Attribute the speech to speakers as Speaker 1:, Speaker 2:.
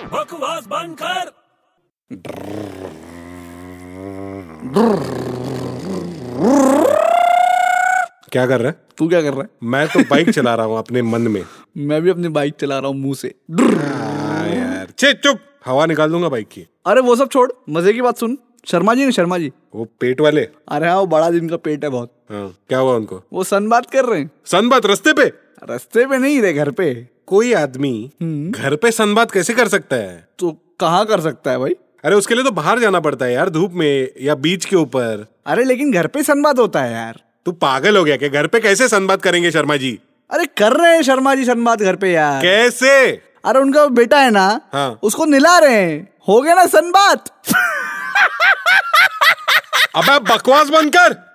Speaker 1: आवाज बंद कर
Speaker 2: क्या कर रहा है
Speaker 3: तू क्या कर रहा
Speaker 2: मैं तो बाइक चला रहा हूँ अपने मन में
Speaker 3: है मैं भी अपनी बाइक चला रहा हूँ मुंह से
Speaker 2: हाँ यार छे चुप हवा निकाल दूंगा बाइक की
Speaker 3: अरे वो सब छोड़ मजे की बात सुन शर्मा जी ने शर्मा जी
Speaker 2: वो पेट वाले
Speaker 3: अरे हाँ वो बड़ा जिनका पेट है बहुत
Speaker 2: हाँ क्या हुआ उनको
Speaker 3: वो सन बात कर रहे हैं
Speaker 2: सनबात रस्ते पे
Speaker 3: रास्ते पे नहीं रे घर पे
Speaker 2: कोई आदमी घर पे सनबात कैसे कर सकता है
Speaker 3: तो कहाँ कर सकता है भाई
Speaker 2: अरे उसके लिए तो बाहर जाना पड़ता है यार धूप में या बीच के ऊपर
Speaker 3: अरे लेकिन घर पे सनबात होता है यार
Speaker 2: तू पागल हो गया क्या घर पे कैसे सनबात करेंगे शर्मा जी
Speaker 3: अरे कर रहे हैं शर्मा जी सनबात घर पे यार
Speaker 2: कैसे
Speaker 3: अरे उनका बेटा है ना
Speaker 2: हाँ।
Speaker 3: उसको निला रहे हैं हो गया ना सनबात
Speaker 2: अब बकवास बंद कर